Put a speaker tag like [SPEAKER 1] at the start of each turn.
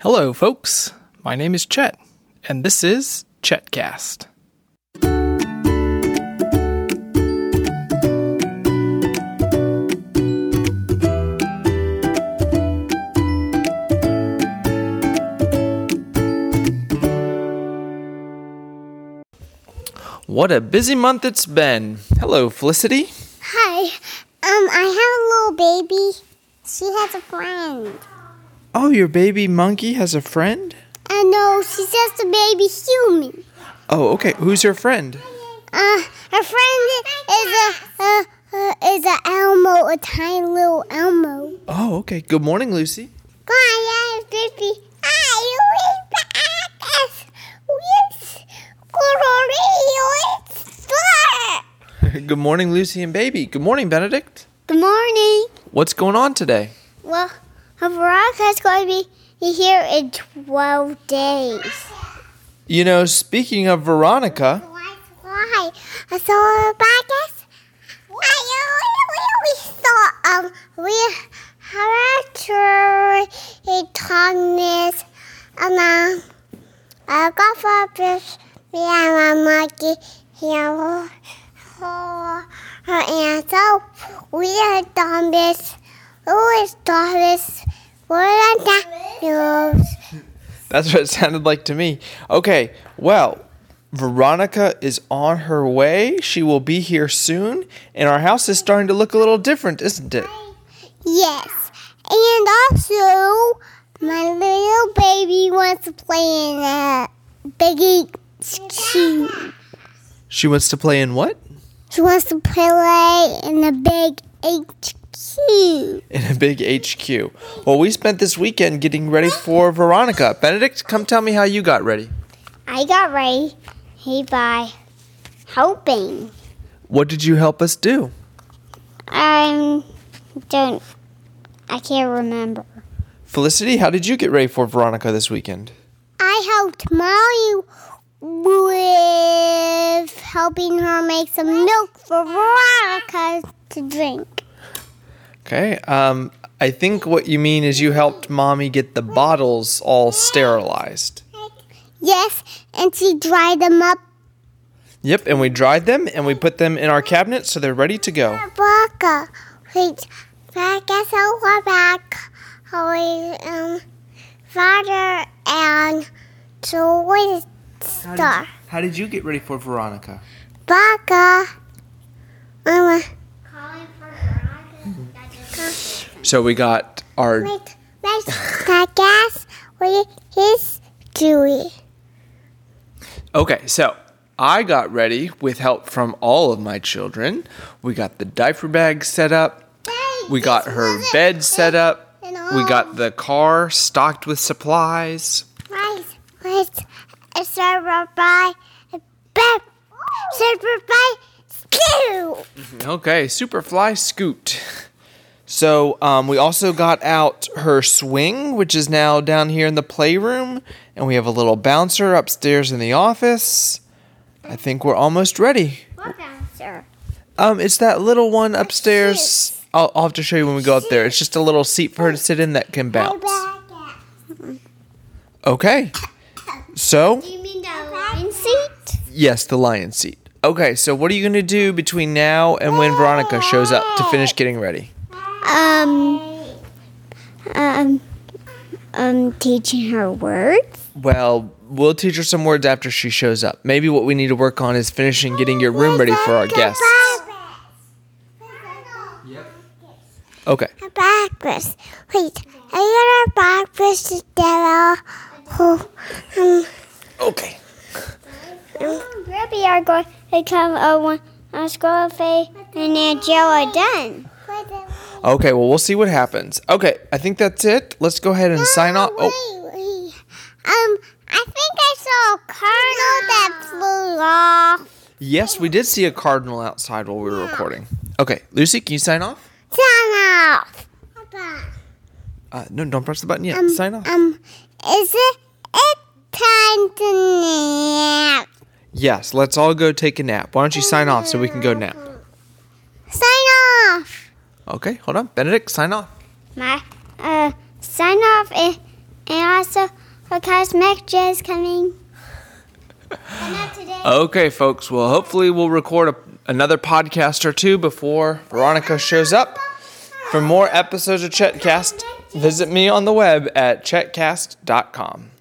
[SPEAKER 1] Hello, folks. My name is Chet, and this is Chetcast. What a busy month it's been. Hello, Felicity.
[SPEAKER 2] Hi. Um, I have a little baby. She has a friend.
[SPEAKER 1] Oh, your baby monkey has a friend?
[SPEAKER 2] Uh, no, she's just a baby human.
[SPEAKER 1] Oh, okay. Who's your friend?
[SPEAKER 2] Uh, her friend is a, uh, uh, is a Elmo, a tiny little Elmo.
[SPEAKER 1] Oh, okay. Good morning, Lucy.
[SPEAKER 2] Hi, I'm Griffy. Hi, we're back as with
[SPEAKER 1] Good morning, Lucy and baby. Good morning, Benedict.
[SPEAKER 2] Good morning.
[SPEAKER 1] What's going on today?
[SPEAKER 2] Well, her broadcast is going to be here in 12 days.
[SPEAKER 1] You know, speaking of Veronica,
[SPEAKER 2] Why? I saw a podcast. I really, really saw um we had a Thomas and um I got for fish me and my monkey here her and oh, so we are Thomas who is Thomas what are that news?
[SPEAKER 1] that's what it sounded like to me. Okay, well, Veronica is on her way. She will be here soon, and our house is starting to look a little different, isn't it?
[SPEAKER 2] Yes. And also, my little baby wants to play in a big cube.
[SPEAKER 1] She wants to play in what?
[SPEAKER 2] She wants to play in a big HQ.
[SPEAKER 1] In a big HQ. Well, we spent this weekend getting ready for Veronica. Benedict, come tell me how you got ready.
[SPEAKER 2] I got ready hey, by helping.
[SPEAKER 1] What did you help us do?
[SPEAKER 2] I Um, don't, I can't remember.
[SPEAKER 1] Felicity, how did you get ready for Veronica this weekend?
[SPEAKER 2] I helped Molly with helping her make some milk for Veronica to drink.
[SPEAKER 1] Okay. Um, I think what you mean is you helped mommy get the bottles all sterilized.
[SPEAKER 2] Yes, and she dried them up
[SPEAKER 1] Yep, and we dried them and we put them in our cabinet so they're ready to go.
[SPEAKER 2] Rebecca. Wait, I guess I'll go back with um, father and Joy Star.
[SPEAKER 1] How did you get ready for Veronica?
[SPEAKER 2] Baka. Um,
[SPEAKER 1] So we got our
[SPEAKER 2] wait, wait, I guess we is Dewey.
[SPEAKER 1] Okay, so I got ready with help from all of my children. We got the diaper bag set up. We got her bed set up. We got the car stocked with supplies.
[SPEAKER 2] Right, wait, I said goodbye. Bye. Said goodbye. Stew.
[SPEAKER 1] Okay, Superfly Scoot. So um, we also got out her swing, which is now down here in the playroom, and we have a little bouncer upstairs in the office. I think we're almost ready.
[SPEAKER 2] What bouncer?
[SPEAKER 1] Um, it's that little one upstairs. I'll, I'll have to show you when we go up there. It's just a little seat for her to sit in that can bounce.
[SPEAKER 2] Rebecca.
[SPEAKER 1] Okay. So
[SPEAKER 2] You mean the wine seat?
[SPEAKER 1] yes, the lion seat. Okay, so what are you gonna do between now and when Veronica shows up to finish getting ready?
[SPEAKER 2] Um, um, um, teaching her words.
[SPEAKER 1] Well, we'll teach her some words after she shows up. Maybe what we need to work on is finishing getting your room ready for our guests. Okay.
[SPEAKER 2] Breakfast. Wait, I got a breakfast to tell Oh, um,
[SPEAKER 1] Okay.
[SPEAKER 2] um, Ruby are going to come over on Squirrel Faye and Angela done.
[SPEAKER 1] Okay, well, we'll see what happens. Okay, I think that's it. Let's go ahead and sign off. Oh,
[SPEAKER 2] Wait, wait. Um, I think I saw a kernel that flew off.
[SPEAKER 1] yes, we did see a cardinal outside while we were recording. Okay, Lucy, can you sign off?
[SPEAKER 2] Sign off.
[SPEAKER 1] Uh, no, don't press the button yet. sign off.
[SPEAKER 2] Um, is it it time to nap?
[SPEAKER 1] yes, let's all go take a nap. Why don't you sign off so we can go nap?
[SPEAKER 2] Sign off.
[SPEAKER 1] Okay, hold on. Benedict, sign off.
[SPEAKER 2] My uh, sign off. It And also, her cosmic jet is coming. but not today.
[SPEAKER 1] Okay, folks. Well, hopefully, we'll record a, another podcast or two before Veronica shows up. For more episodes of Chetcast, visit me on the web at chetcast.com.